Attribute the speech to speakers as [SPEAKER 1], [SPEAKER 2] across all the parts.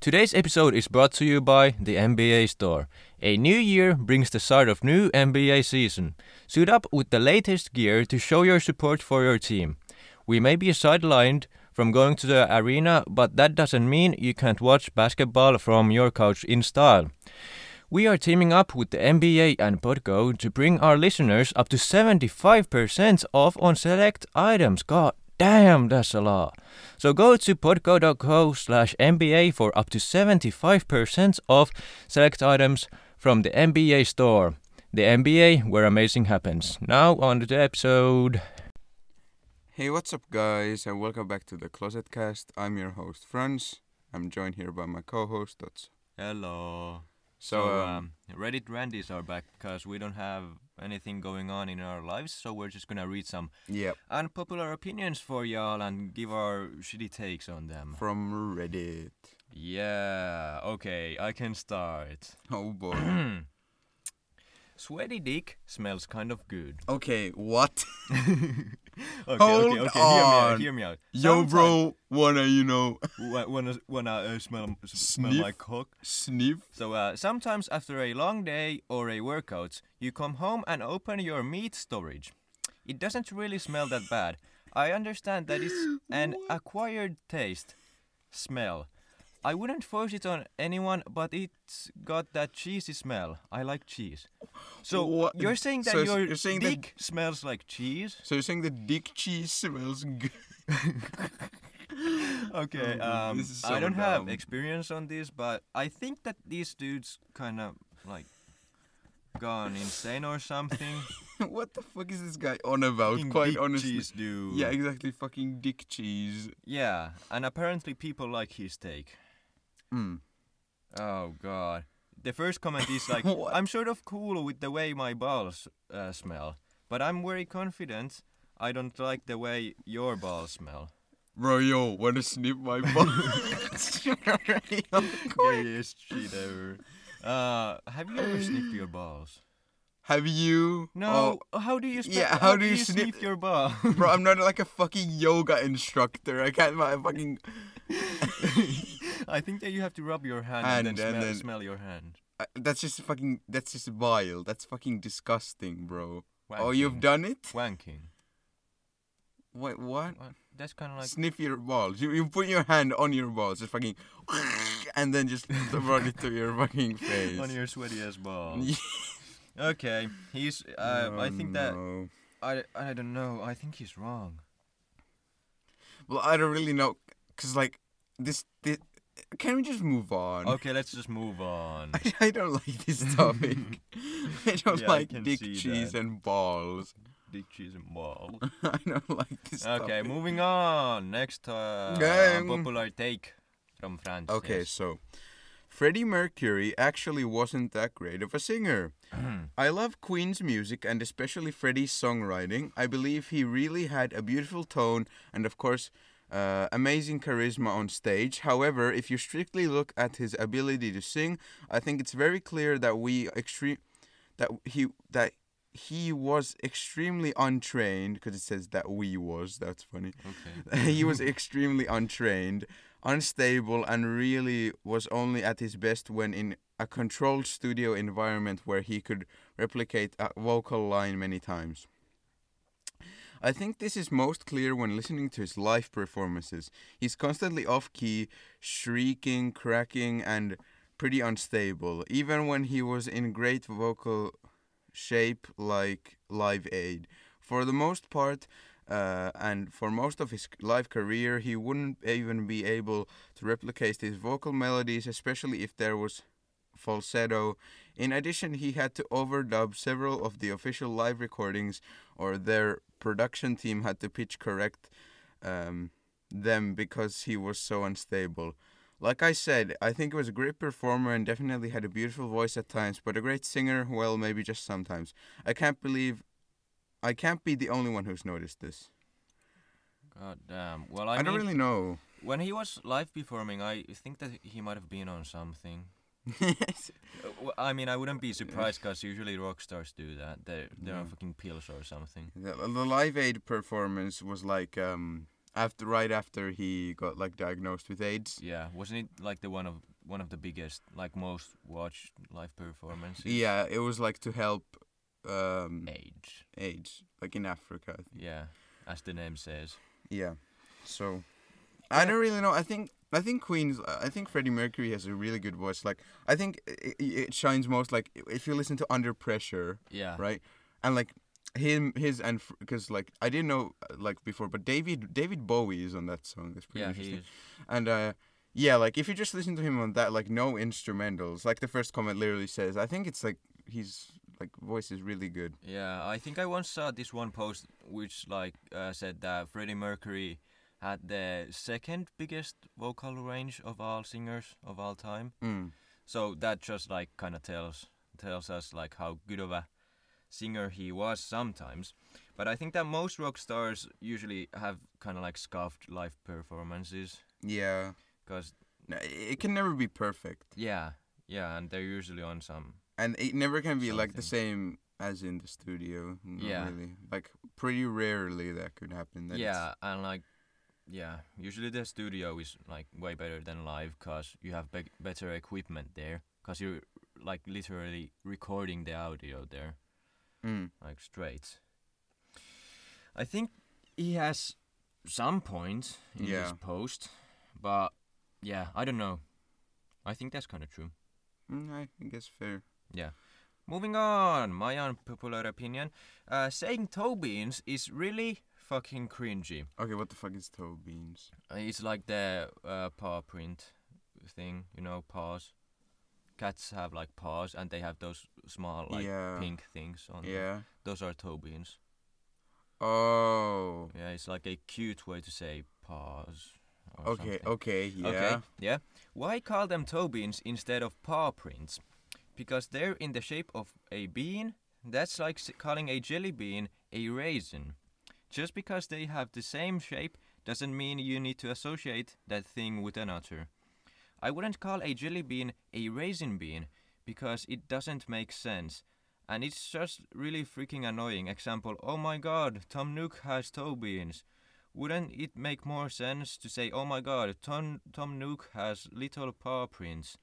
[SPEAKER 1] Today's episode is brought to you by the NBA Store. A new year brings the start of new NBA season. Suit up with the latest gear to show your support for your team. We may be sidelined from going to the arena, but that doesn't mean you can't watch basketball from your couch in style. We are teaming up with the NBA and Podgo to bring our listeners up to 75% off on select items. God damn, that's a lot. So go to podgo.co slash NBA for up to 75% off select items from the NBA store. The NBA, where amazing happens. Now on to the episode.
[SPEAKER 2] Hey, what's up, guys, and welcome back to the Closet Cast. I'm your host, Franz. I'm joined here by my co host, Dotso.
[SPEAKER 1] Hello.
[SPEAKER 2] So, um,
[SPEAKER 1] Reddit Randys are back because we don't have anything going on in our lives, so we're just gonna read some
[SPEAKER 2] yep,
[SPEAKER 1] unpopular opinions for y'all and give our shitty takes on them.
[SPEAKER 2] from Reddit.
[SPEAKER 1] Yeah, okay, I can start.
[SPEAKER 2] Oh boy.
[SPEAKER 1] Sweaty dick smells kind of good.
[SPEAKER 2] okay, what?
[SPEAKER 1] Okay,
[SPEAKER 2] Hold
[SPEAKER 1] okay, okay, hear me out,
[SPEAKER 2] on.
[SPEAKER 1] hear me out.
[SPEAKER 2] Yo, bro, wanna, you know,
[SPEAKER 1] When, when, I- when I uh, smell, s- smell
[SPEAKER 2] Sniff?
[SPEAKER 1] my cock.
[SPEAKER 2] sniff?
[SPEAKER 1] So uh, sometimes after a long day or a workout, you come home and open your meat storage. It doesn't really smell that bad. I understand that it's an acquired taste, smell. I wouldn't force it on anyone, but it's got that cheesy smell. I like cheese. So
[SPEAKER 2] What-
[SPEAKER 1] you're saying that
[SPEAKER 2] so s-
[SPEAKER 1] your
[SPEAKER 2] you're saying that-
[SPEAKER 1] dick smells like cheese?
[SPEAKER 2] So you're saying the dick cheese smells good?
[SPEAKER 1] Okay,
[SPEAKER 2] Oh,
[SPEAKER 1] um,
[SPEAKER 2] this is
[SPEAKER 1] I
[SPEAKER 2] so
[SPEAKER 1] don't
[SPEAKER 2] dumb.
[SPEAKER 1] have experience on this, but I think that these dudes kind of like gone insane or something.
[SPEAKER 2] what the fuck is this guy on about?
[SPEAKER 1] Fucking
[SPEAKER 2] Quite
[SPEAKER 1] big
[SPEAKER 2] honestly.
[SPEAKER 1] cheese dude.
[SPEAKER 2] Yeah, exactly, fucking dick cheese.
[SPEAKER 1] yeah, and apparently people like his take.
[SPEAKER 2] Mm.
[SPEAKER 1] Oh god. The first comment is like,
[SPEAKER 2] What?
[SPEAKER 1] I'm sort of cool with the way my balls uh, smell, but I'm very confident. I don't like the way your balls smell.
[SPEAKER 2] Bro, yo, wanna sniff my balls?
[SPEAKER 1] Greatest shit ever. Uh, have you ever sniffed your balls?
[SPEAKER 2] Have you? Oh,
[SPEAKER 1] No, uh, how do you sniff?
[SPEAKER 2] Yeah,
[SPEAKER 1] how, do you, sniff, your ball?
[SPEAKER 2] Oh, bro, I'm not like a fucking yoga instructor. I can't my fucking.
[SPEAKER 1] I think that you have to rub your hand and,
[SPEAKER 2] Hand
[SPEAKER 1] then,
[SPEAKER 2] and
[SPEAKER 1] smell,
[SPEAKER 2] then-
[SPEAKER 1] smell your hand.
[SPEAKER 2] I- That's just fucking. That's just vile. That's fucking disgusting, bro. Oh,
[SPEAKER 1] Wanking.
[SPEAKER 2] you've done it?
[SPEAKER 1] Wanking.
[SPEAKER 2] Wait, what?
[SPEAKER 1] What? That's kind of like
[SPEAKER 2] Sniff your balls. You, you put your hand on your balls, just fucking, and then just run it to your fucking face.
[SPEAKER 1] on your sweaty ass ball. okay, he's. Uh, I think that
[SPEAKER 2] Oh, Um, No.
[SPEAKER 1] I, I don't know. I think he's wrong.
[SPEAKER 2] Well, I don't really know, cause like this. this can we just move on?
[SPEAKER 1] Okay, let's just move on.
[SPEAKER 2] I don't like this topic. I don't
[SPEAKER 1] Yeah, I
[SPEAKER 2] like
[SPEAKER 1] can
[SPEAKER 2] dick
[SPEAKER 1] see
[SPEAKER 2] cheese
[SPEAKER 1] that.
[SPEAKER 2] and balls.
[SPEAKER 1] Dick cheese and ball.
[SPEAKER 2] I don't like this
[SPEAKER 1] Okay,
[SPEAKER 2] topic.
[SPEAKER 1] moving on. Next uh,
[SPEAKER 2] Gang.
[SPEAKER 1] popular take from France.
[SPEAKER 2] Okay,
[SPEAKER 1] yes.
[SPEAKER 2] so Freddie Mercury actually wasn't that great of a singer. I love Queen's music and especially Freddie's songwriting. I believe he really had a beautiful tone and, of course, uh, amazing charisma on stage. However, if you strictly look at his ability to sing, I think it's very clear that we extreme that he that he was extremely untrained because it says that we was that's funny he was extremely untrained, unstable, and really was only at his best when in a controlled studio environment where he could replicate a vocal line many times. I think this is most clear when listening to his live performances. He's constantly off key, shrieking, cracking, and pretty unstable, even when he was in great vocal shape like Live Aid. For the most part, uh, and for most of his live career, he wouldn't even be able to replicate his vocal melodies, especially if there was falsetto. In addition, he had to overdub several of the official live recordings, or their production team had to pitch correct um, them because he was so unstable. Like I said, I think he was a great performer and definitely had a beautiful voice at times, but a great singer, well, maybe just sometimes. I can't believe I can't be the only one who's noticed this.
[SPEAKER 1] God damn. Well, I,
[SPEAKER 2] I, don't
[SPEAKER 1] mean,
[SPEAKER 2] really know.
[SPEAKER 1] When he was live performing, I think that he might have been on something. Uh, w- I mean, I wouldn't be surprised because usually rock stars do that. They're they're on fucking pills or something.
[SPEAKER 2] The, the Live Aid performance was like um, after right after he got like diagnosed with AIDS.
[SPEAKER 1] Yeah, wasn't it like the one of one of the biggest, like most watched live performances?
[SPEAKER 2] Yeah, it was like to help um,
[SPEAKER 1] Age.
[SPEAKER 2] AIDS, like in Africa. I think.
[SPEAKER 1] Yeah, as the name says.
[SPEAKER 2] Yeah, so I don't really know. I think I think Queen's. I think Freddie Mercury has a really good voice. Like I think it, it shines most like if you listen to Under Pressure.
[SPEAKER 1] Yeah.
[SPEAKER 2] right? And like him, his and because like I didn't know uh, like before, but David David Bowie is on that song. That's pretty
[SPEAKER 1] Yeah, he
[SPEAKER 2] interesting.
[SPEAKER 1] is.
[SPEAKER 2] And uh, yeah, like if you just listen to him on that, like no instrumentals. Like the first comment literally says, I think it's like he's like voice is really good.
[SPEAKER 1] Yeah, I think I once saw this one post which like uh, said that Freddie Mercury had the second biggest vocal range of all singers of all time.
[SPEAKER 2] Mm.
[SPEAKER 1] So that just like kind of tells tells us like how good of a singer he was sometimes. But I think that most rock stars usually have kind of like scuffed live performances
[SPEAKER 2] Yeah,
[SPEAKER 1] because
[SPEAKER 2] No, i- it can never be perfect,
[SPEAKER 1] yeah, yeah, and they're usually on some
[SPEAKER 2] and it never can be like the same as in the studio. not
[SPEAKER 1] Yeah.
[SPEAKER 2] really. Like pretty rarely that could happen. that it's-
[SPEAKER 1] yeah, and like, yeah, usually the studio is like way better than live because you have be- better equipment there because you're like literally recording the audio there,
[SPEAKER 2] Mm.
[SPEAKER 1] like straight. I think he has some point in this
[SPEAKER 2] Yeah.
[SPEAKER 1] post, but yeah, I don't know. I think that's kind of true.
[SPEAKER 2] Mm, I guess fair.
[SPEAKER 1] Yeah. Moving on, my unpopular opinion. Uh, saying toe beans is really fucking cringy.
[SPEAKER 2] Okay, what the fuck is toe beans?
[SPEAKER 1] Uh, It's like the uh, paw print thing, you know, paws. Cats have like paws, and they have those small like
[SPEAKER 2] Yeah.
[SPEAKER 1] pink things on. them.
[SPEAKER 2] Yeah.
[SPEAKER 1] those are toe beans.
[SPEAKER 2] Oh.
[SPEAKER 1] Yeah, it's like a cute way to say paws. or
[SPEAKER 2] Okay.
[SPEAKER 1] something.
[SPEAKER 2] Okay. Yeah.
[SPEAKER 1] Okay. Yeah. Why call them toe beans instead of paw prints? Because they're in the shape of a bean. That's like s- calling a jelly bean a raisin. Just because they have the same shape doesn't mean you need to associate that thing with another. I wouldn't call a jelly bean a raisin bean because it doesn't make sense. And it's just really freaking annoying. Example, oh my god, Tom Nook has toe beans. Wouldn't it make more sense to say, oh my god, Tom, Tom Nook has little paw prints?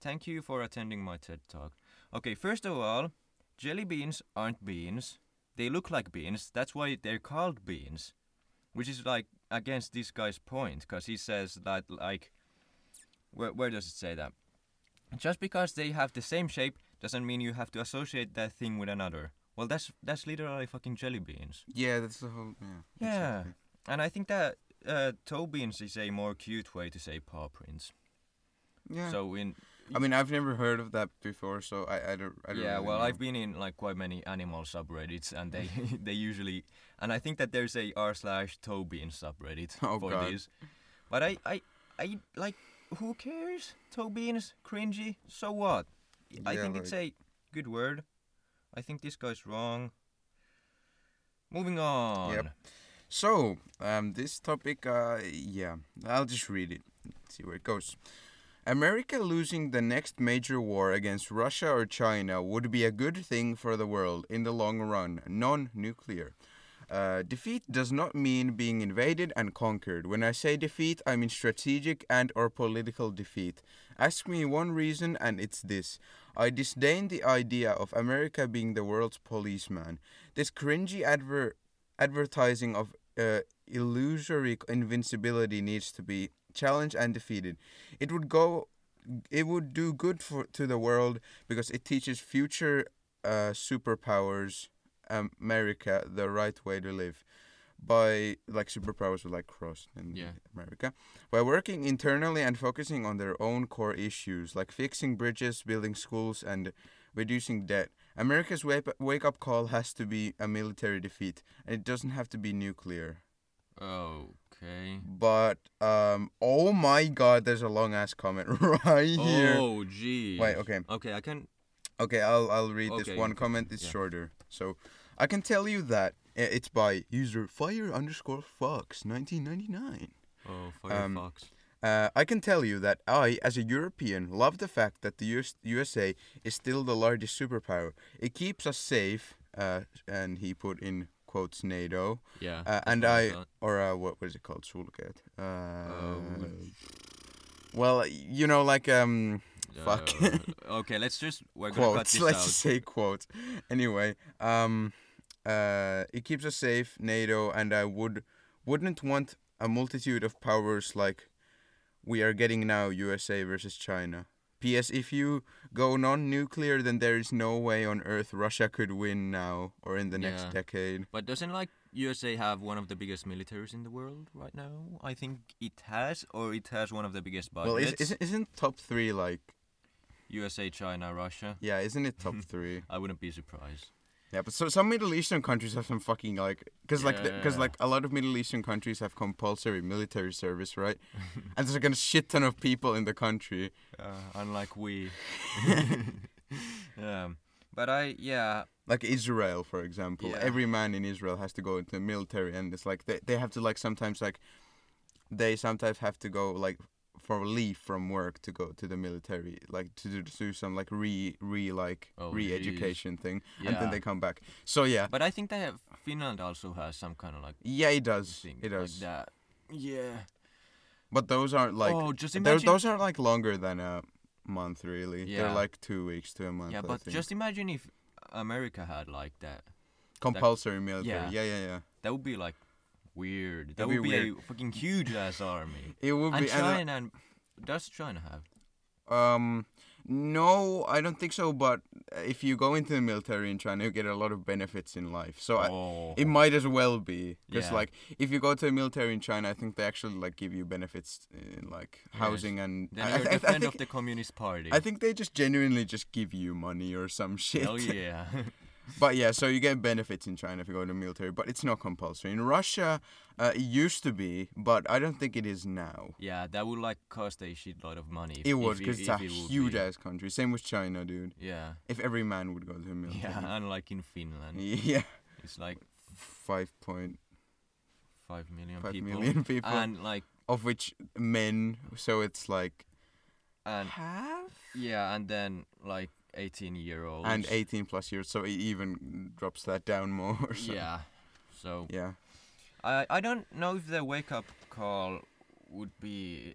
[SPEAKER 1] Thank you for attending my TED talk. Okay, first of all, jelly beans aren't beans. They look like beans. That's why they're called beans. Which is like against this guy's point, because he says that, like, where, where does it say that? Just because they have the same shape doesn't mean you have to associate that thing with another. Well, that's that's literally fucking jelly beans.
[SPEAKER 2] Yeah. That's the whole. Yeah.
[SPEAKER 1] Yeah,
[SPEAKER 2] exactly.
[SPEAKER 1] and I think that uh, toe beans is a more cute way to say paw prints.
[SPEAKER 2] Yeah.
[SPEAKER 1] So in
[SPEAKER 2] I mean, I've never heard of that before, so I, I don't. I don't
[SPEAKER 1] yeah,
[SPEAKER 2] really
[SPEAKER 1] well,
[SPEAKER 2] know.
[SPEAKER 1] I've been in like quite many animal subreddits, and they they usually and I think that there's a r slash toe bean subreddit
[SPEAKER 2] Oh,
[SPEAKER 1] for
[SPEAKER 2] God.
[SPEAKER 1] this. But I I I like who cares? Toe beans, cringy. So what? I
[SPEAKER 2] Yeah,
[SPEAKER 1] think it's a good word. I think this guy's wrong. Moving on.
[SPEAKER 2] So, um, this topic, uh, yeah, I'll just read it. see where it goes. America losing the next major war against Russia or China would be a good thing for the world in the long run, non nuclear. Uh, defeat does not mean being invaded and conquered. When I say defeat, I mean strategic and or political defeat. Ask me one reason and it's this. I disdain the idea of America being the world's policeman. This cringy adver- advertising of uh, illusory invincibility needs to be challenged and defeated. It would go, it would do good for to the world because it teaches future uh, superpowers America the right way to live by like superpowers with like cross in
[SPEAKER 1] Yeah.
[SPEAKER 2] America by working internally and focusing on their own core issues like fixing bridges, building schools, and reducing debt. America's wake wake up call has to be a military defeat, and it doesn't have to be nuclear.
[SPEAKER 1] Okay.
[SPEAKER 2] But um, oh my God, there's a long ass comment right here.
[SPEAKER 1] Oh, gee.
[SPEAKER 2] Wait, okay.
[SPEAKER 1] Okay, I can.
[SPEAKER 2] Okay, I'll I'll read
[SPEAKER 1] Okay,
[SPEAKER 2] this
[SPEAKER 1] you
[SPEAKER 2] one
[SPEAKER 1] can-
[SPEAKER 2] comment. It's
[SPEAKER 1] yeah.
[SPEAKER 2] shorter, so I can tell you that i- it's by user fire underscore fox 1999.
[SPEAKER 1] Oh,
[SPEAKER 2] Um,
[SPEAKER 1] Firefox.
[SPEAKER 2] Uh, I can tell you that I, as a European, love the fact that the US- USA is still the largest superpower. It keeps us safe, uh, and he put in quotes NATO.
[SPEAKER 1] Yeah.
[SPEAKER 2] Uh, and
[SPEAKER 1] what I
[SPEAKER 2] I,
[SPEAKER 1] thought. Oh,
[SPEAKER 2] or uh, what was it called? Sulkeet. Uh,
[SPEAKER 1] would-
[SPEAKER 2] well, you know, like um, fuck.
[SPEAKER 1] Uh, okay, let's just we're gonna cut
[SPEAKER 2] quotes.
[SPEAKER 1] this
[SPEAKER 2] Let's
[SPEAKER 1] out.
[SPEAKER 2] just say quotes. Anyway, um, uh, it keeps us safe, NATO, and I would wouldn't want a multitude of powers like we are getting now, USA versus China. P.S. If you go non-nuclear, then there is no way on earth Russia could win now or in the next
[SPEAKER 1] Yeah.
[SPEAKER 2] decade.
[SPEAKER 1] But doesn't like USA have one of the biggest militaries in the world right now? I think it has, or it has one of the biggest budgets.
[SPEAKER 2] well, is, isn't isn't top three like
[SPEAKER 1] USA, China, Russia.
[SPEAKER 2] yeah? Isn't it top three?
[SPEAKER 1] I wouldn't be surprised.
[SPEAKER 2] Yeah, but so some Middle Eastern countries have some fucking like, cause like, the- cause
[SPEAKER 1] Yeah.
[SPEAKER 2] like a lot of Middle Eastern countries have compulsory military service, right? and there's like a shit ton of people in the country.
[SPEAKER 1] Uh, unlike we. um, but I, yeah,
[SPEAKER 2] Like Israel, for example,
[SPEAKER 1] Yeah.
[SPEAKER 2] every man in Israel has to go into the military, and it's like they they have to like sometimes like, they sometimes have to go like for leave from work to go to the military, like to do, to do some like re re like
[SPEAKER 1] Oh,
[SPEAKER 2] re-education thing, and then
[SPEAKER 1] Yeah.
[SPEAKER 2] they come back. So yeah,
[SPEAKER 1] but I think they have Finland also has some kind of like
[SPEAKER 2] yeah, it does,
[SPEAKER 1] thing
[SPEAKER 2] it does.
[SPEAKER 1] like that. Yeah.
[SPEAKER 2] But those aren't like
[SPEAKER 1] Oh, just
[SPEAKER 2] they're-
[SPEAKER 1] imagine-
[SPEAKER 2] those are like longer than a month really. They're
[SPEAKER 1] Yeah.
[SPEAKER 2] like two weeks to a month.
[SPEAKER 1] Yeah,
[SPEAKER 2] I
[SPEAKER 1] but
[SPEAKER 2] think.
[SPEAKER 1] just imagine if America had like that.
[SPEAKER 2] compulsory military. Yeah.
[SPEAKER 1] Yeah.
[SPEAKER 2] yeah, yeah,
[SPEAKER 1] That would be like weird. That
[SPEAKER 2] That'd
[SPEAKER 1] would
[SPEAKER 2] be
[SPEAKER 1] be, a fucking huge ass army.
[SPEAKER 2] It would
[SPEAKER 1] And
[SPEAKER 2] be and, uh,
[SPEAKER 1] China, and does China have?
[SPEAKER 2] um no, I don't think so, but if you go into the military in China you get a lot of benefits in life. So I,
[SPEAKER 1] oh,
[SPEAKER 2] it might as well be because
[SPEAKER 1] Yeah.
[SPEAKER 2] like if you go to the military in China, I think they actually like give you benefits in like housing and
[SPEAKER 1] then
[SPEAKER 2] I,
[SPEAKER 1] you're
[SPEAKER 2] I,
[SPEAKER 1] the
[SPEAKER 2] I,
[SPEAKER 1] friend
[SPEAKER 2] think
[SPEAKER 1] of the Communist Party.
[SPEAKER 2] I think they just genuinely just give you money or some shit.
[SPEAKER 1] Hell yeah.
[SPEAKER 2] But yeah, so you get benefits in China if you go to the military, but it's not compulsory. In Russia, uh, it used to be, but I don't think it is now.
[SPEAKER 1] yeah, that would like cost a shitload of money. If,
[SPEAKER 2] It would,
[SPEAKER 1] if
[SPEAKER 2] because it's
[SPEAKER 1] if
[SPEAKER 2] a
[SPEAKER 1] it would
[SPEAKER 2] huge
[SPEAKER 1] be.
[SPEAKER 2] ass country. Same with China, dude.
[SPEAKER 1] Yeah.
[SPEAKER 2] If every man would go to the military.
[SPEAKER 1] Yeah, unlike in Finland,
[SPEAKER 2] Yeah.
[SPEAKER 1] it's like
[SPEAKER 2] Five point,
[SPEAKER 1] five million
[SPEAKER 2] five
[SPEAKER 1] people,
[SPEAKER 2] million people.
[SPEAKER 1] and like
[SPEAKER 2] of which men, so it's like
[SPEAKER 1] and
[SPEAKER 2] half?
[SPEAKER 1] yeah, and then like eighteen year olds
[SPEAKER 2] And 18 plus years, so it even drops that down more. So.
[SPEAKER 1] Yeah, so
[SPEAKER 2] Yeah.
[SPEAKER 1] I I don't know if the wake up call would be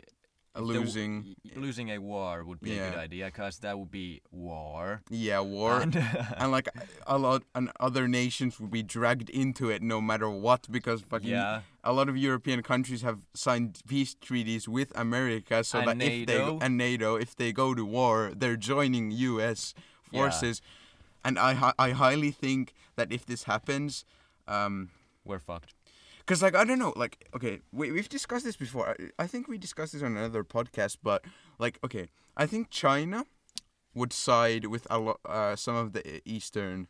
[SPEAKER 2] A
[SPEAKER 1] if the w-
[SPEAKER 2] losing-
[SPEAKER 1] y- losing a war would be a
[SPEAKER 2] Yeah.
[SPEAKER 1] good idea because that would be war.
[SPEAKER 2] Yeah, war.
[SPEAKER 1] and
[SPEAKER 2] and like a lot and other nations would be dragged into it no matter what because fucking
[SPEAKER 1] Yeah.
[SPEAKER 2] a lot of European countries have signed peace treaties with America so
[SPEAKER 1] And
[SPEAKER 2] that if they go-
[SPEAKER 1] NATO.
[SPEAKER 2] and NATO if they go to war they're joining US
[SPEAKER 1] Yeah.
[SPEAKER 2] forces and I hi- I highly think that if this happens um
[SPEAKER 1] we're fucked.
[SPEAKER 2] because like I don't know like okay we, we've discussed this before I, I think we discussed this on another podcast but like okay I think China would side with a lo- uh, some of the Eastern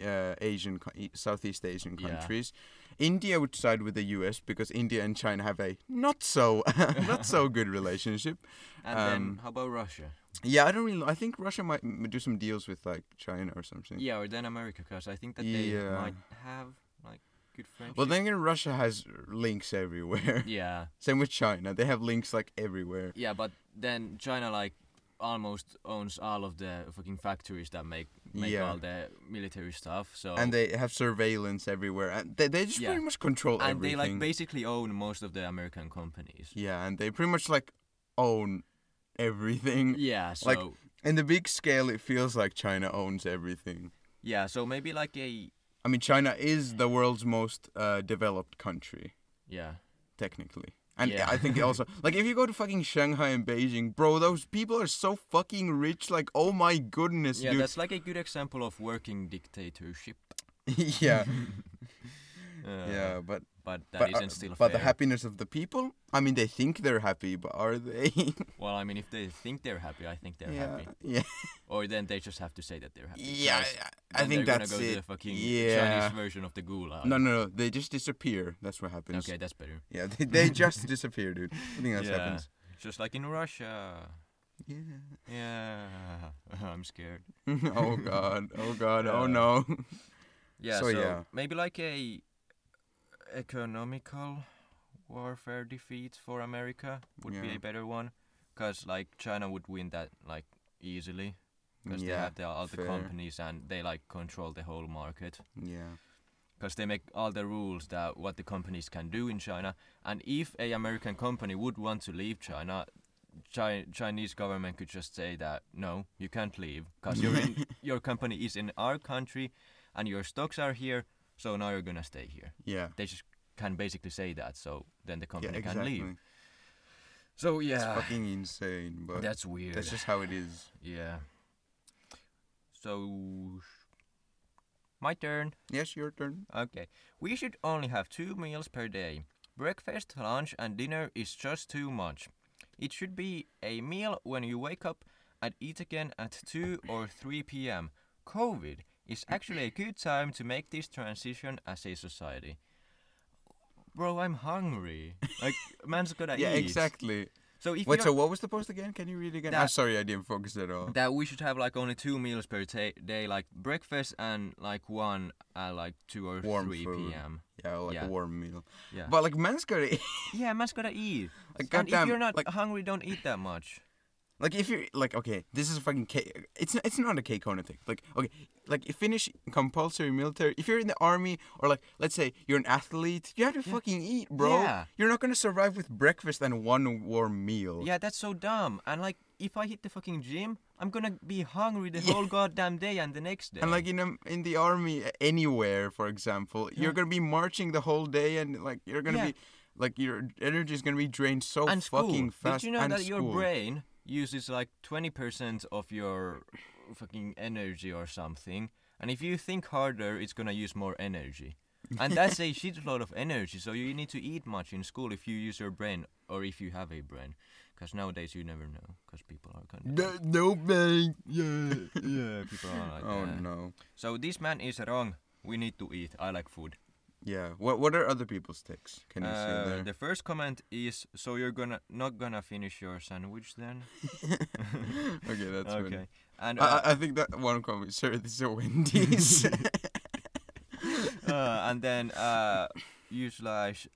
[SPEAKER 2] uh, Asian co- e- Southeast Asian
[SPEAKER 1] Yeah.
[SPEAKER 2] countries India would side with the US because India and China have a not so not so good relationship
[SPEAKER 1] And
[SPEAKER 2] Um,
[SPEAKER 1] then how about Russia?
[SPEAKER 2] yeah I don't really I think Russia might m- do some deals with like China or something
[SPEAKER 1] Yeah, or then America, because I think that they
[SPEAKER 2] Yeah.
[SPEAKER 1] might have like good friendship.
[SPEAKER 2] well then again Russia has links everywhere
[SPEAKER 1] yeah,
[SPEAKER 2] same with China they have links like everywhere
[SPEAKER 1] yeah, but then China like almost owns all of the fucking factories that make make
[SPEAKER 2] Yeah.
[SPEAKER 1] all the military stuff. So
[SPEAKER 2] and they have surveillance everywhere and they, they just
[SPEAKER 1] Oh. Yeah.
[SPEAKER 2] pretty much control
[SPEAKER 1] and
[SPEAKER 2] everything
[SPEAKER 1] they like basically own most of the American companies.
[SPEAKER 2] yeah and they pretty much like own everything
[SPEAKER 1] Yeah, so
[SPEAKER 2] Like- in the big scale it feels like china owns everything
[SPEAKER 1] yeah, so maybe like a
[SPEAKER 2] i mean china
[SPEAKER 1] Mm.
[SPEAKER 2] is the world's most uh, developed country
[SPEAKER 1] yeah.
[SPEAKER 2] technically and
[SPEAKER 1] Yeah.
[SPEAKER 2] i think also like if you go to fucking shanghai and beijing bro those people are so fucking rich like oh my goodness
[SPEAKER 1] Yeah,
[SPEAKER 2] dude
[SPEAKER 1] that's like a good example of working dictatorship.
[SPEAKER 2] yeah
[SPEAKER 1] Uh,
[SPEAKER 2] yeah but
[SPEAKER 1] but that
[SPEAKER 2] but,
[SPEAKER 1] not
[SPEAKER 2] uh,
[SPEAKER 1] still
[SPEAKER 2] but
[SPEAKER 1] fair.
[SPEAKER 2] the happiness of the people i mean they think they're happy but are they
[SPEAKER 1] well, I mean, if they think they're happy, I think they're
[SPEAKER 2] yeah
[SPEAKER 1] happy.
[SPEAKER 2] yeah
[SPEAKER 1] Or then they just have to say that they're happy.
[SPEAKER 2] Yeah,
[SPEAKER 1] because
[SPEAKER 2] I, I
[SPEAKER 1] then
[SPEAKER 2] think
[SPEAKER 1] they're
[SPEAKER 2] that's
[SPEAKER 1] gonna go
[SPEAKER 2] it.
[SPEAKER 1] to the fucking
[SPEAKER 2] yeah.
[SPEAKER 1] Chinese version of the gulag.
[SPEAKER 2] No, no, no. They just disappear. That's what happens.
[SPEAKER 1] Okay, that's better.
[SPEAKER 2] Yeah, they, they just disappear, dude. I think that's
[SPEAKER 1] yeah,
[SPEAKER 2] happens.
[SPEAKER 1] just like in Russia.
[SPEAKER 2] Yeah.
[SPEAKER 1] Yeah, I'm scared.
[SPEAKER 2] oh god. Oh god. Oh
[SPEAKER 1] Yeah.
[SPEAKER 2] no.
[SPEAKER 1] Yeah,
[SPEAKER 2] So,
[SPEAKER 1] so,
[SPEAKER 2] yeah.
[SPEAKER 1] maybe like a economical warfare defeat for America would be
[SPEAKER 2] Yeah.
[SPEAKER 1] a better one, because like China would win that like easily, because they
[SPEAKER 2] yeah.
[SPEAKER 1] have their other
[SPEAKER 2] fair.
[SPEAKER 1] companies and they like control the whole market.
[SPEAKER 2] Yeah.
[SPEAKER 1] because they make all the rules that what the companies can do in China. And if a American company would want to leave China, Chi- Chinese government could just say that no, you can't leave because you're in, your company is in our country, and your stocks are here. So now you're gonna stay here.
[SPEAKER 2] Yeah.
[SPEAKER 1] They just can basically say that. So then the
[SPEAKER 2] Yeah,
[SPEAKER 1] company can
[SPEAKER 2] exactly.
[SPEAKER 1] leave. So
[SPEAKER 2] It's
[SPEAKER 1] yeah,
[SPEAKER 2] fucking insane, but
[SPEAKER 1] that's weird.
[SPEAKER 2] that's just how it is.
[SPEAKER 1] Yeah. So, my turn.
[SPEAKER 2] Yes, your turn.
[SPEAKER 1] Okay. We should only have two meals per day. Breakfast, lunch, and dinner is just too much. It should be a meal when you wake up and eat again at 2 or 3 p.m. COVID is actually a good time to make this transition as a society. Bro, I'm hungry. Like, man's gotta
[SPEAKER 2] Yeah,
[SPEAKER 1] eat.
[SPEAKER 2] exactly.
[SPEAKER 1] So if
[SPEAKER 2] Wait,
[SPEAKER 1] you're-
[SPEAKER 2] so what was the post again? Can you read it again? I'm
[SPEAKER 1] That-
[SPEAKER 2] sorry, I didn't focus at all.
[SPEAKER 1] that we should have like only two meals per ta day, like breakfast and like one at like two or
[SPEAKER 2] Warm
[SPEAKER 1] three
[SPEAKER 2] food.
[SPEAKER 1] p.m.
[SPEAKER 2] Yeah, like
[SPEAKER 1] Yeah.
[SPEAKER 2] a warm meal.
[SPEAKER 1] Yeah,
[SPEAKER 2] But like man's gotta
[SPEAKER 1] yeah, man's gotta eat.
[SPEAKER 2] Like,
[SPEAKER 1] and if
[SPEAKER 2] goddamn,
[SPEAKER 1] you're not
[SPEAKER 2] like-
[SPEAKER 1] hungry, don't eat that much.
[SPEAKER 2] Like if you're like okay, this is fucking K. It's it's not a K Kona thing. Like okay, like if Finnish compulsory military. If you're in the army or like let's say you're an athlete, you have to fucking eat, bro.
[SPEAKER 1] Yeah.
[SPEAKER 2] You're not gonna survive with breakfast and one warm meal.
[SPEAKER 1] Yeah, that's so dumb. And like, if I hit the fucking gym, I'm gonna be hungry the whole goddamn day and the next day.
[SPEAKER 2] And like in a, in the army uh, anywhere, for example, you're gonna be marching the whole day and like you're gonna
[SPEAKER 1] Yeah.
[SPEAKER 2] be like your energy is gonna be drained so
[SPEAKER 1] and school.
[SPEAKER 2] fucking fast.
[SPEAKER 1] Did you know
[SPEAKER 2] and
[SPEAKER 1] that your
[SPEAKER 2] school.
[SPEAKER 1] brain uses like 20% of your fucking energy or something? And if you think harder, it's gonna use more energy. And that's a shitload of energy, so you need to eat much in school if you use your brain or if you have a brain. Because nowadays you never know, because people are kind of.
[SPEAKER 2] No, no man.
[SPEAKER 1] Yeah, yeah, people are like
[SPEAKER 2] Oh
[SPEAKER 1] that.
[SPEAKER 2] no.
[SPEAKER 1] So this man is wrong. We need to eat. I like food.
[SPEAKER 2] Yeah. What what are other people's takes? Can you
[SPEAKER 1] Uh,
[SPEAKER 2] see there?
[SPEAKER 1] the first comment is so you're gonna not gonna finish your sandwich then?
[SPEAKER 2] Okay, that's
[SPEAKER 1] okay.
[SPEAKER 2] funny.
[SPEAKER 1] And
[SPEAKER 2] I,
[SPEAKER 1] uh,
[SPEAKER 2] I- I think that one comment, sir, this is a Wendy's.
[SPEAKER 1] uh, and then uh, u slash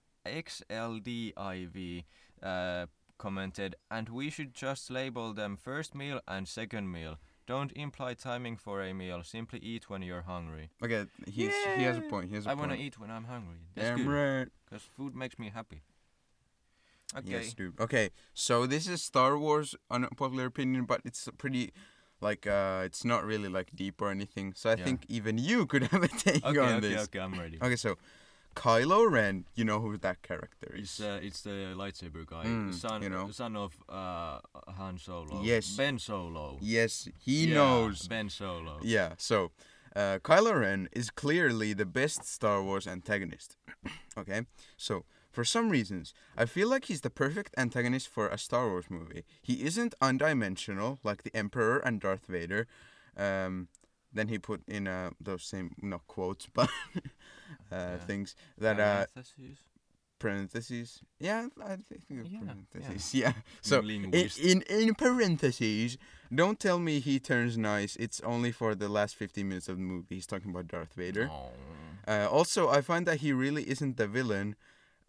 [SPEAKER 1] xldiv uh, commented, and we should just label them first meal and second meal. Don't imply timing for a meal. Simply eat when you're hungry.
[SPEAKER 2] okay, he's, he has a point. He has a
[SPEAKER 1] I
[SPEAKER 2] point.
[SPEAKER 1] want to eat when I'm hungry. That's
[SPEAKER 2] Damn right.
[SPEAKER 1] because food makes me happy. Okay.
[SPEAKER 2] Yes, dude. Okay, so this is Star Wars unpopular opinion, but it's a pretty, like, uh, it's not really like deep or anything. So I
[SPEAKER 1] Yeah.
[SPEAKER 2] think even you could have a take
[SPEAKER 1] Okay.
[SPEAKER 2] on
[SPEAKER 1] okay.
[SPEAKER 2] this.
[SPEAKER 1] Okay. I'm ready.
[SPEAKER 2] Okay, so Kylo Ren, you know who that character
[SPEAKER 1] It's
[SPEAKER 2] is?
[SPEAKER 1] uh, it's the lightsaber guy,
[SPEAKER 2] Mm,
[SPEAKER 1] son
[SPEAKER 2] you know.
[SPEAKER 1] son of uh, Han Solo.
[SPEAKER 2] Yes.
[SPEAKER 1] Ben Solo.
[SPEAKER 2] yes, he
[SPEAKER 1] Yeah,
[SPEAKER 2] knows.
[SPEAKER 1] Ben Solo.
[SPEAKER 2] Yeah, so uh, Kylo Ren is clearly the best Star Wars antagonist. okay, so for some reasons, I feel like he's the perfect antagonist for a Star Wars movie. He isn't undimensional like the Emperor and Darth Vader. Um, then he put in uh, those same not quotes but uh, things that uh,
[SPEAKER 1] Parentheses.
[SPEAKER 2] parentheses. Yeah, I think they're
[SPEAKER 1] Yeah,
[SPEAKER 2] parentheses. Yeah. So in,
[SPEAKER 1] Linguist.
[SPEAKER 2] in in parentheses, don't tell me he turns nice. It's only for the last 15 minutes of the movie. He's talking about Darth Vader.
[SPEAKER 1] Oh.
[SPEAKER 2] Uh, also, I find that he really isn't the villain.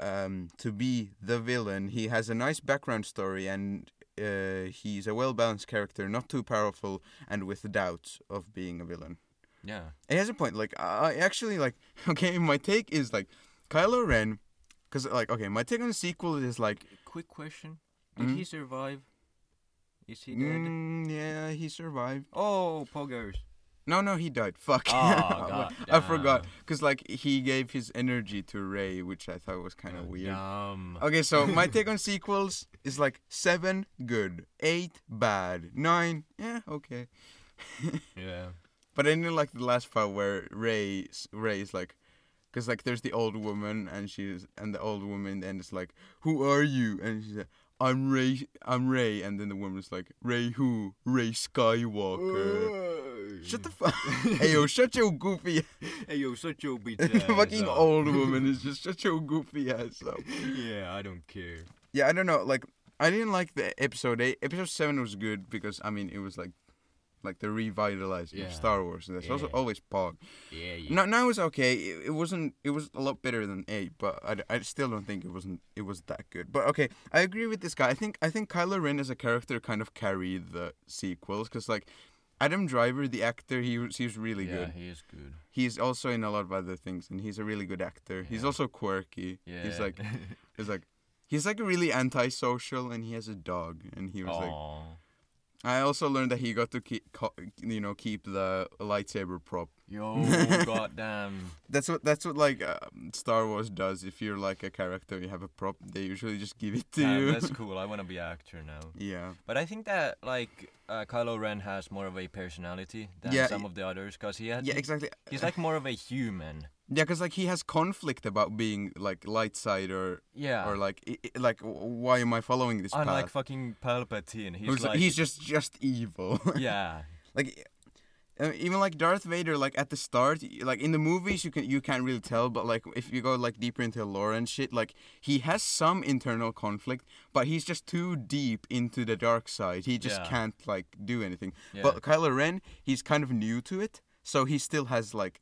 [SPEAKER 2] Um, to be the villain, he has a nice background story and. Uh, he's a well-balanced character, not too powerful, and with doubts of being a villain.
[SPEAKER 1] Yeah.
[SPEAKER 2] It has a point. Like I I actually like okay, my take is like Kylo Ren, because like okay, my take on the sequel is like
[SPEAKER 1] Quick question: Did he survive? Is he dead?
[SPEAKER 2] Mm-hmm. mm, yeah, he survived.
[SPEAKER 1] Oh, poggers.
[SPEAKER 2] No, no, he died. Fuck,
[SPEAKER 1] Oh, God
[SPEAKER 2] I forgot because like he gave his energy to Ray, which I thought was
[SPEAKER 1] Oh,
[SPEAKER 2] kind of weird. Uh,
[SPEAKER 1] Yum.
[SPEAKER 2] Okay, so my take on sequels is like seven good, eight bad, nine yeah okay,
[SPEAKER 1] Yeah.
[SPEAKER 2] but I didn't like the last part where Ray Ray is like, because like there's the old woman and she's and the old woman and it's like, who are you? And she's like, I'm Ray, I'm Ray, and then the woman's like, Ray who? Ray Skywalker. Shut the fuck. hey yo, shut your goofy,
[SPEAKER 1] Hey, yo, such a bitch. ass uh.
[SPEAKER 2] fucking
[SPEAKER 1] up.
[SPEAKER 2] old woman is just shut your goofy ass up.
[SPEAKER 1] Yeah, I don't care.
[SPEAKER 2] Yeah, I don't know. Like, I didn't like the episode eight. Episode seven was good because I mean it was like, like the revitalizing
[SPEAKER 1] Yeah.
[SPEAKER 2] of Star Wars. And that's also
[SPEAKER 1] Yeah.
[SPEAKER 2] always pog.
[SPEAKER 1] Yeah. yeah.
[SPEAKER 2] No, nine was okay. It, it wasn't. It was a lot better than eight, but I, d- I still don't think it wasn't. It was that good. But okay, I agree with this guy. I think I think Kylo Ren as a character kind of carried the sequels because like Adam Driver, the actor, he he's really
[SPEAKER 1] yeah,
[SPEAKER 2] good.
[SPEAKER 1] he is good.
[SPEAKER 2] He's also in a lot of other things, and he's a really good actor. He's also quirky.
[SPEAKER 1] Yeah.
[SPEAKER 2] He's like, he's like, he's like really antisocial, and he has a dog. And he was like,
[SPEAKER 1] Aw.
[SPEAKER 2] I also learned that he got to keep, co- you know, keep the lightsaber prop.
[SPEAKER 1] Yo, goddamn.
[SPEAKER 2] That's what that's what like um, Star Wars does. If you're like a character, you have a prop. They usually just give it to
[SPEAKER 1] Damn,
[SPEAKER 2] you.
[SPEAKER 1] that's cool. I want to be an actor now.
[SPEAKER 2] yeah.
[SPEAKER 1] But I think that like uh, Kylo Ren has more of a personality than
[SPEAKER 2] Yeah,
[SPEAKER 1] some
[SPEAKER 2] y-
[SPEAKER 1] of the others because he had
[SPEAKER 2] Yeah, exactly.
[SPEAKER 1] he's like more of a human.
[SPEAKER 2] Yeah, because like he has conflict about being like light side or
[SPEAKER 1] Yeah.
[SPEAKER 2] or like i- i- like w- why am I following this
[SPEAKER 1] Unlike
[SPEAKER 2] path?
[SPEAKER 1] fucking Palpatine, he's
[SPEAKER 2] Who's
[SPEAKER 1] like,
[SPEAKER 2] he's just just evil.
[SPEAKER 1] yeah,
[SPEAKER 2] like uh, even like Darth Vader, like at the start, y- like in the movies, you can you can't really tell, but like if you go like deeper into lore and shit, like he has some internal conflict, but he's just too deep into the dark side. He just
[SPEAKER 1] Yeah.
[SPEAKER 2] can't like do anything.
[SPEAKER 1] Yeah.
[SPEAKER 2] But Kylo Ren, he's kind of new to it, so he still has like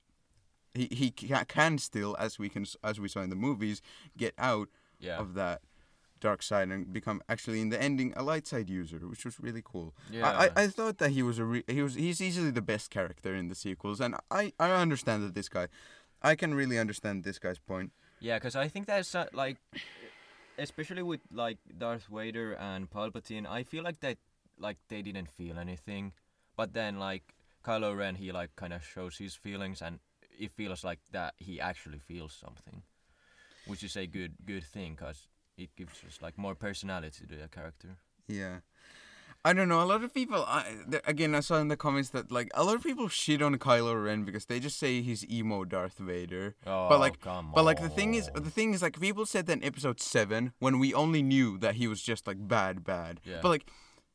[SPEAKER 2] he he ca- can still, as we can s- as we saw in the movies, get out
[SPEAKER 1] yeah,
[SPEAKER 2] of that dark side and become actually in the ending a light side user, which was really cool. I,
[SPEAKER 1] Yeah.
[SPEAKER 2] I, I thought that he was a re- he was he's easily the best character in the sequels, and I I understand that this guy, I can really understand this guy's point.
[SPEAKER 1] yeah. Because I think that's uh, like, especially with like Darth Vader and Palpatine, I feel like that like they didn't feel anything, but then like Kylo Ren, he like kind of shows his feelings, and it feels like that he actually feels something, which is a good good thing because it gives us like more personality to the character.
[SPEAKER 2] Yeah. I don't know. A lot of people, I, th- again, I saw in the comments that like a lot of people shit on Kylo Ren because they just say he's emo Darth Vader.
[SPEAKER 1] Oh,
[SPEAKER 2] but like,
[SPEAKER 1] come
[SPEAKER 2] but like the thing is,
[SPEAKER 1] on.
[SPEAKER 2] the thing is, like people said that in episode seven when we only knew that he was just like bad, bad.
[SPEAKER 1] Yeah.
[SPEAKER 2] But like,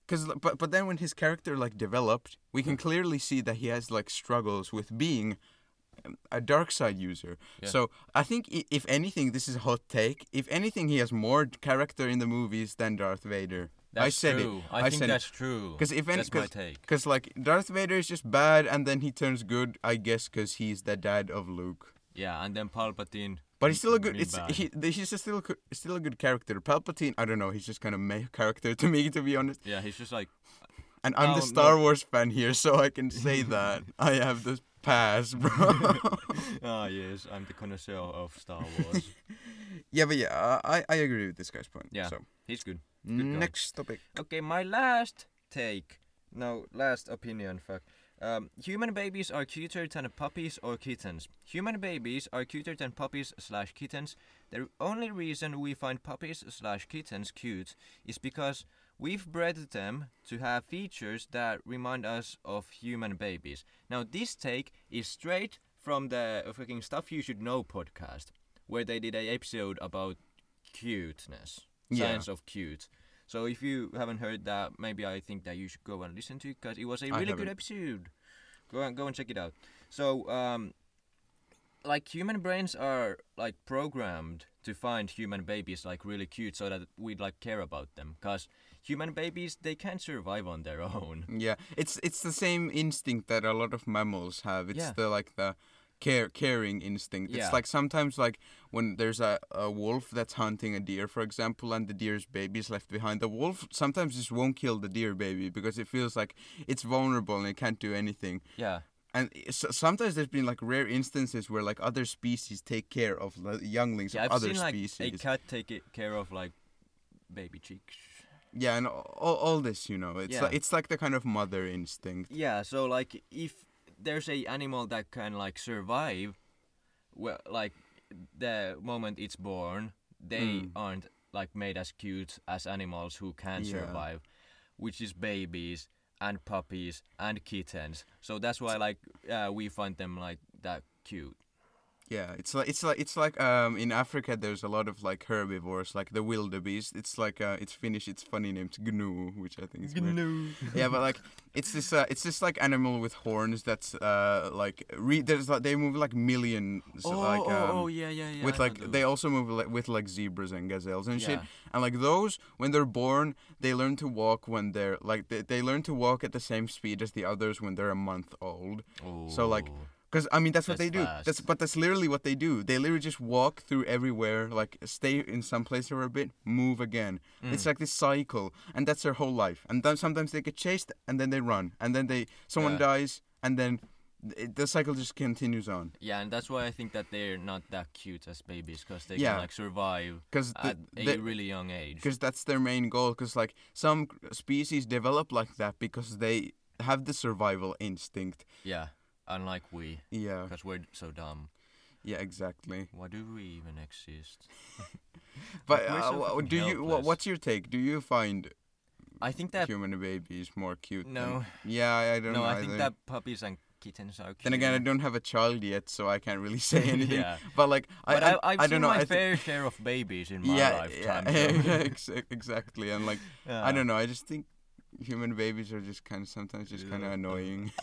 [SPEAKER 2] cause like, but but then when his character like developed, we can clearly see that he has like struggles with being um, a dark side user. So I think i- if anything, this is a hot take. If anything, he has more character in the movies than Darth Vader.
[SPEAKER 1] That's
[SPEAKER 2] I said
[SPEAKER 1] true.
[SPEAKER 2] it.
[SPEAKER 1] I, think
[SPEAKER 2] said
[SPEAKER 1] that's
[SPEAKER 2] it.
[SPEAKER 1] true.
[SPEAKER 2] Because if any,
[SPEAKER 1] that's my take.
[SPEAKER 2] Because like Darth Vader is just bad, and then he turns good, I guess, because he's the dad of Luke.
[SPEAKER 1] Yeah, and then Palpatine.
[SPEAKER 2] But he's still a good.
[SPEAKER 1] being
[SPEAKER 2] It's
[SPEAKER 1] bad.
[SPEAKER 2] he. th- He's a still a good- still a good character. Palpatine. I don't know. He's just kind of meh character to me, to be honest.
[SPEAKER 1] yeah, he's just like
[SPEAKER 2] And I'm
[SPEAKER 1] No,
[SPEAKER 2] the
[SPEAKER 1] no.
[SPEAKER 2] Star Wars fan here, so I can say that I have this pass, bro.
[SPEAKER 1] ah yes, I'm the connoisseur of Star Wars.
[SPEAKER 2] yeah, but yeah, I I agree with this guy's point.
[SPEAKER 1] Yeah.
[SPEAKER 2] So
[SPEAKER 1] he's good. guy.
[SPEAKER 2] next topic.
[SPEAKER 1] Okay, my last take. No, last opinion. Fuck. Um, human babies are cuter than puppies or kittens. Human babies are cuter than puppies slash kittens. The only reason we find puppies slash kittens cute is because we've bred them to have features that remind us of human babies. Now, this take is straight from the fucking Stuff You Should Know podcast, where they did a episode about cuteness,
[SPEAKER 2] Yeah.
[SPEAKER 1] science of cute. So if you haven't heard that, maybe I think that you should go and listen to it because it was a
[SPEAKER 2] I
[SPEAKER 1] really good
[SPEAKER 2] haven't.
[SPEAKER 1] episode. Go and go and check it out. So um, like human brains are like programmed to find human babies like really cute so that we'd like care about them because human babies they can't survive on their own.
[SPEAKER 2] Yeah, it's it's the same instinct that a lot of mammals have. It's
[SPEAKER 1] Yeah.
[SPEAKER 2] the like the care caring instinct.
[SPEAKER 1] Yeah.
[SPEAKER 2] It's like sometimes like when there's a, a wolf that's hunting a deer, for example, and the deer's baby is left behind. The wolf sometimes just won't kill the deer baby because it feels like it's vulnerable and it can't do anything.
[SPEAKER 1] Yeah.
[SPEAKER 2] And i- so sometimes there's been like rare instances where like other species take care of the younglings
[SPEAKER 1] Yeah,
[SPEAKER 2] of
[SPEAKER 1] I've
[SPEAKER 2] other
[SPEAKER 1] seen like
[SPEAKER 2] species.
[SPEAKER 1] a cat take it care of like baby chicks.
[SPEAKER 2] yeah, and all, all this, you know, it's
[SPEAKER 1] Yeah.
[SPEAKER 2] like, it's like the kind of mother instinct.
[SPEAKER 1] Yeah, so like if there's a animal that can like survive, well, like the moment it's born, they
[SPEAKER 2] Hmm.
[SPEAKER 1] aren't like made as cute as animals who can
[SPEAKER 2] Yeah.
[SPEAKER 1] survive, which is babies and puppies and kittens. So that's why like uh, we find them like that cute.
[SPEAKER 2] Yeah, it's like it's like it's like um in Africa there's a lot of like herbivores like the wildebeest. It's like uh it's Finnish. Its funny name's gnu, which I think is weird. yeah, but like it's this uh, it's this like animal with horns that's uh like re- there's like they move like millions
[SPEAKER 1] Oh,
[SPEAKER 2] like um,
[SPEAKER 1] oh, oh, yeah, yeah, yeah. I
[SPEAKER 2] with
[SPEAKER 1] know
[SPEAKER 2] like they
[SPEAKER 1] those.
[SPEAKER 2] also move like, with like zebras and gazelles and shit
[SPEAKER 1] Yeah.
[SPEAKER 2] and like those when they're born they learn to walk when they're like they, they learn to walk at the same speed as the others when they're a month old so like
[SPEAKER 1] Ooh.
[SPEAKER 2] Because I mean, that's what
[SPEAKER 1] That's
[SPEAKER 2] they do.
[SPEAKER 1] fast.
[SPEAKER 2] That's but that's literally what they do. They literally just walk through everywhere, like stay in some place for a bit, move again.
[SPEAKER 1] Mm.
[SPEAKER 2] It's like this cycle, and that's their whole life. And then sometimes they get chased, and then they run, and then they someone
[SPEAKER 1] Yeah.
[SPEAKER 2] dies, and then it, the cycle just continues on.
[SPEAKER 1] Yeah, and that's why I think that they're not that cute as babies because they
[SPEAKER 2] Yeah.
[SPEAKER 1] can like survive
[SPEAKER 2] 'Cause the-
[SPEAKER 1] at
[SPEAKER 2] the-
[SPEAKER 1] a really young age.
[SPEAKER 2] Because that's their main goal. Because like some species develop like that because they have the survival instinct.
[SPEAKER 1] Yeah, unlike we,
[SPEAKER 2] Yeah.
[SPEAKER 1] because we're so dumb.
[SPEAKER 2] Yeah. Exactly.
[SPEAKER 1] Why do we even exist?
[SPEAKER 2] But
[SPEAKER 1] we're
[SPEAKER 2] uh,
[SPEAKER 1] so
[SPEAKER 2] wha-
[SPEAKER 1] fucking
[SPEAKER 2] do you? Wha-
[SPEAKER 1] helpless.
[SPEAKER 2] what's your take? Do you find
[SPEAKER 1] I think that
[SPEAKER 2] Mm, human babies more cute? than-
[SPEAKER 1] No.
[SPEAKER 2] yeah, I I don't
[SPEAKER 1] no,
[SPEAKER 2] know.
[SPEAKER 1] I think
[SPEAKER 2] either.
[SPEAKER 1] that puppies and kittens are. Cute.
[SPEAKER 2] Then again, I don't have a child yet, so I can't really say anything.
[SPEAKER 1] Yeah.
[SPEAKER 2] But like, I,
[SPEAKER 1] But
[SPEAKER 2] I,
[SPEAKER 1] I, I've
[SPEAKER 2] I
[SPEAKER 1] seen
[SPEAKER 2] don't know.
[SPEAKER 1] my
[SPEAKER 2] I thi-
[SPEAKER 1] fair share of babies in my
[SPEAKER 2] yeah,
[SPEAKER 1] lifetime.
[SPEAKER 2] yeah,
[SPEAKER 1] so-
[SPEAKER 2] ex- exactly. And like, I don't know. I just think human babies are just kind of sometimes just kind of annoying.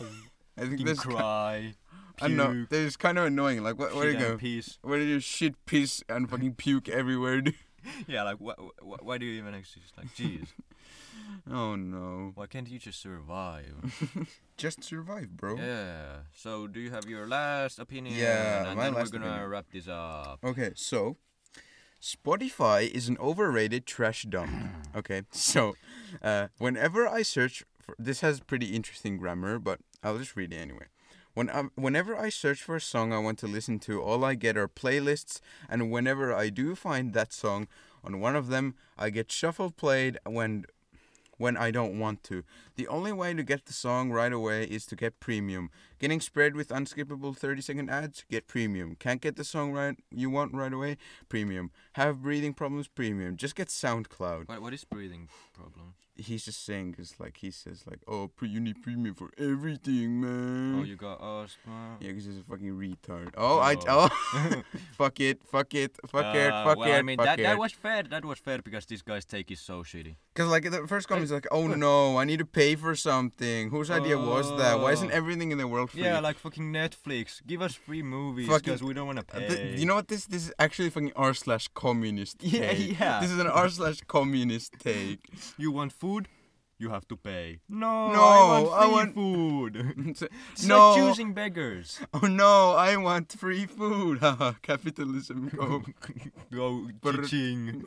[SPEAKER 2] I think
[SPEAKER 1] Fucking
[SPEAKER 2] there's ki-
[SPEAKER 1] cry.
[SPEAKER 2] I don't know.
[SPEAKER 1] puke,
[SPEAKER 2] They're just kind of annoying. Like, wh- where do
[SPEAKER 1] shit
[SPEAKER 2] you
[SPEAKER 1] and
[SPEAKER 2] go?
[SPEAKER 1] Piss.
[SPEAKER 2] Where do you shit, piss, and fucking puke everywhere? dude?
[SPEAKER 1] Yeah, like wh- wh- why do you even exist? Like, jeez,
[SPEAKER 2] oh no.
[SPEAKER 1] why can't you just survive?
[SPEAKER 2] Just survive, bro.
[SPEAKER 1] Yeah. So, do you have your last opinion?
[SPEAKER 2] Yeah,
[SPEAKER 1] and
[SPEAKER 2] my
[SPEAKER 1] then
[SPEAKER 2] last
[SPEAKER 1] we're gonna
[SPEAKER 2] opinion.
[SPEAKER 1] wrap this up.
[SPEAKER 2] Okay, so Spotify is an overrated trash dump. Okay, so uh, whenever I search for this has pretty interesting grammar, but I'll just read it anyway. When I, whenever I search for a song I want to listen to, all I get are playlists, and whenever I do find that song on one of them, I get shuffle played when when I don't want to. The only way to get the song right away is to get premium. Getting spread with unskippable 30 second ads? Get premium. Can't get the song right you want right away? Premium. Have breathing problems? Premium. Just get SoundCloud.
[SPEAKER 1] What, what is breathing problems?
[SPEAKER 2] He's just saying, cause like he says, like, oh, pre- you need premium for everything, man.
[SPEAKER 1] Oh, you got asthma.
[SPEAKER 2] yeah, because he's a fucking retard. Oh, I oh, fuck it, fuck it, fuck it,
[SPEAKER 1] Uh,
[SPEAKER 2] fuck
[SPEAKER 1] well,
[SPEAKER 2] it,
[SPEAKER 1] I mean
[SPEAKER 2] fuck
[SPEAKER 1] that,
[SPEAKER 2] it.
[SPEAKER 1] that was fair. That was fair because this guy's take is so shitty.
[SPEAKER 2] Because like the first comment is like, oh no, I need to pay for something. Whose idea was that? Why isn't
[SPEAKER 1] Oh.
[SPEAKER 2] everything in the world free? Uh,
[SPEAKER 1] Yeah, like fucking Netflix. Give us free movies
[SPEAKER 2] Fucking-
[SPEAKER 1] because we don't want to pay.
[SPEAKER 2] Th- you know what this this is actually fucking r slash communist
[SPEAKER 1] Yeah,
[SPEAKER 2] take.
[SPEAKER 1] yeah.
[SPEAKER 2] This is an r slash communist take.
[SPEAKER 1] You want food? You have to pay. No,
[SPEAKER 2] No, I
[SPEAKER 1] I want
[SPEAKER 2] want-
[SPEAKER 1] free food.
[SPEAKER 2] It's-
[SPEAKER 1] it's
[SPEAKER 2] no,
[SPEAKER 1] like choosing beggars.
[SPEAKER 2] oh no, I want free food. Haha, Capitalism go.
[SPEAKER 1] Go
[SPEAKER 2] Brr.
[SPEAKER 1] ching.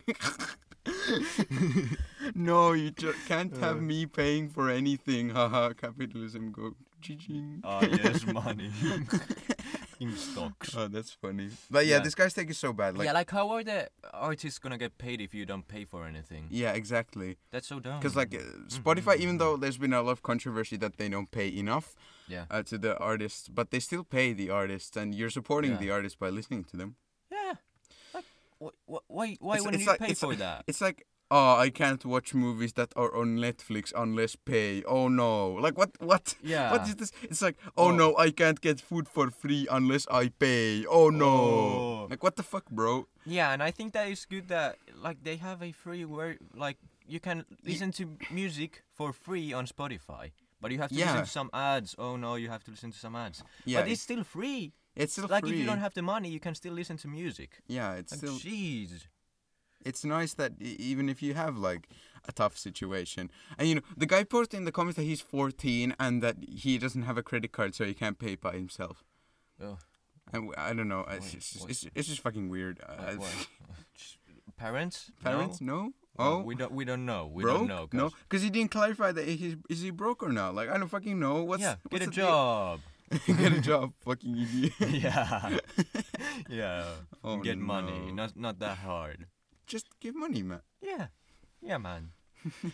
[SPEAKER 2] no, you ju- can't
[SPEAKER 1] Uh.
[SPEAKER 2] have me paying for anything. Haha, Capitalism go. Ching.
[SPEAKER 1] Ah yes, money. In stocks.
[SPEAKER 2] Oh, that's funny. But yeah,
[SPEAKER 1] Yeah.
[SPEAKER 2] this guy's take is so bad. Like,
[SPEAKER 1] yeah, like how are the artists gonna get paid if you don't pay for anything?
[SPEAKER 2] yeah, exactly.
[SPEAKER 1] That's so dumb.
[SPEAKER 2] Because like uh,
[SPEAKER 1] Mm-hmm.
[SPEAKER 2] Spotify, even though there's been a lot of controversy that they don't pay enough
[SPEAKER 1] yeah,
[SPEAKER 2] uh, to the artists, but they still pay the artists, and you're supporting
[SPEAKER 1] Yeah.
[SPEAKER 2] the artists by listening to them.
[SPEAKER 1] yeah. Like, wh- wh- why? Why
[SPEAKER 2] It's-
[SPEAKER 1] wouldn't
[SPEAKER 2] it's
[SPEAKER 1] you
[SPEAKER 2] like-
[SPEAKER 1] pay
[SPEAKER 2] it's
[SPEAKER 1] for
[SPEAKER 2] like-
[SPEAKER 1] that?
[SPEAKER 2] It's like, oh, I can't watch movies that are on Netflix unless pay. Oh no, like what, what,
[SPEAKER 1] Yeah.
[SPEAKER 2] what is this? It's like, oh,
[SPEAKER 1] Oh.
[SPEAKER 2] no, I can't get food for free unless I pay. Oh no,
[SPEAKER 1] Oh.
[SPEAKER 2] like what the fuck, bro?
[SPEAKER 1] Yeah, and I think that is good that like they have a free word like you can listen to music for free on Spotify. But you have to
[SPEAKER 2] Yeah.
[SPEAKER 1] listen to some ads. Oh no, you have to listen to some ads.
[SPEAKER 2] Yeah,
[SPEAKER 1] but it's still free.
[SPEAKER 2] It's still
[SPEAKER 1] like
[SPEAKER 2] free.
[SPEAKER 1] if you don't have the money, you can still listen to music.
[SPEAKER 2] yeah, it's
[SPEAKER 1] Like,
[SPEAKER 2] still.
[SPEAKER 1] Jeez.
[SPEAKER 2] It's nice that e- even if you have like a tough situation, and you know the guy posted in the comments that he's 14 and that he doesn't have a credit card, so he can't pay by himself.
[SPEAKER 1] Oh,
[SPEAKER 2] And w- I don't know. It's
[SPEAKER 1] Wait,
[SPEAKER 2] just,
[SPEAKER 1] what?
[SPEAKER 2] it's, it's just fucking weird.
[SPEAKER 1] like,
[SPEAKER 2] Uh,
[SPEAKER 1] what? Just- Parents?
[SPEAKER 2] Parents?
[SPEAKER 1] No?
[SPEAKER 2] No.
[SPEAKER 1] No,
[SPEAKER 2] Oh,
[SPEAKER 1] we don't. We don't know. We don't
[SPEAKER 2] broke?
[SPEAKER 1] know.
[SPEAKER 2] no,
[SPEAKER 1] 'cause-
[SPEAKER 2] because he didn't clarify that he's is he broke or not. Like I don't fucking know. What's
[SPEAKER 1] Yeah. Get a
[SPEAKER 2] what's the deal?
[SPEAKER 1] job.
[SPEAKER 2] get a job, fucking idiot.
[SPEAKER 1] yeah. yeah.
[SPEAKER 2] Oh,
[SPEAKER 1] Get money.
[SPEAKER 2] no.
[SPEAKER 1] Not not that hard.
[SPEAKER 2] Just give money, man.
[SPEAKER 1] Yeah. Yeah, man.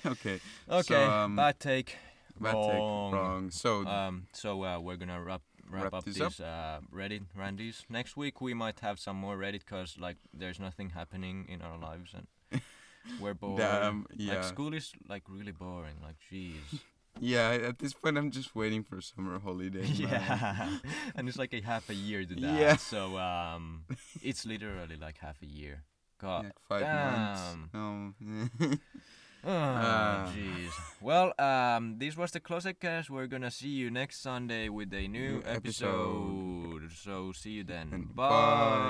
[SPEAKER 2] okay.
[SPEAKER 1] Okay,
[SPEAKER 2] So, um,
[SPEAKER 1] bad take.
[SPEAKER 2] bad take.
[SPEAKER 1] wrong.
[SPEAKER 2] Wrong. So
[SPEAKER 1] Um, so uh, we're gonna wrap wrap,
[SPEAKER 2] Wrap
[SPEAKER 1] up
[SPEAKER 2] this
[SPEAKER 1] this,
[SPEAKER 2] up.
[SPEAKER 1] Uh, Reddit Randy's. Next week we might have some more Reddit because like there's nothing happening in our lives and we're bored.
[SPEAKER 2] Damn, yeah.
[SPEAKER 1] Like school is like really boring. Like jeez.
[SPEAKER 2] yeah, at this point, I'm just waiting for summer holiday. man.
[SPEAKER 1] yeah. and it's like a half a year to that.
[SPEAKER 2] Yeah.
[SPEAKER 1] So um, it's literally like half a year. God.
[SPEAKER 2] Like five
[SPEAKER 1] damn.
[SPEAKER 2] months. Um,
[SPEAKER 1] Oh,
[SPEAKER 2] Ah.
[SPEAKER 1] jeez. well, um, this was the Closet Cast. We're gonna see you next Sunday with a new
[SPEAKER 2] New episode.
[SPEAKER 1] episode. So see you then.
[SPEAKER 2] And
[SPEAKER 1] bye.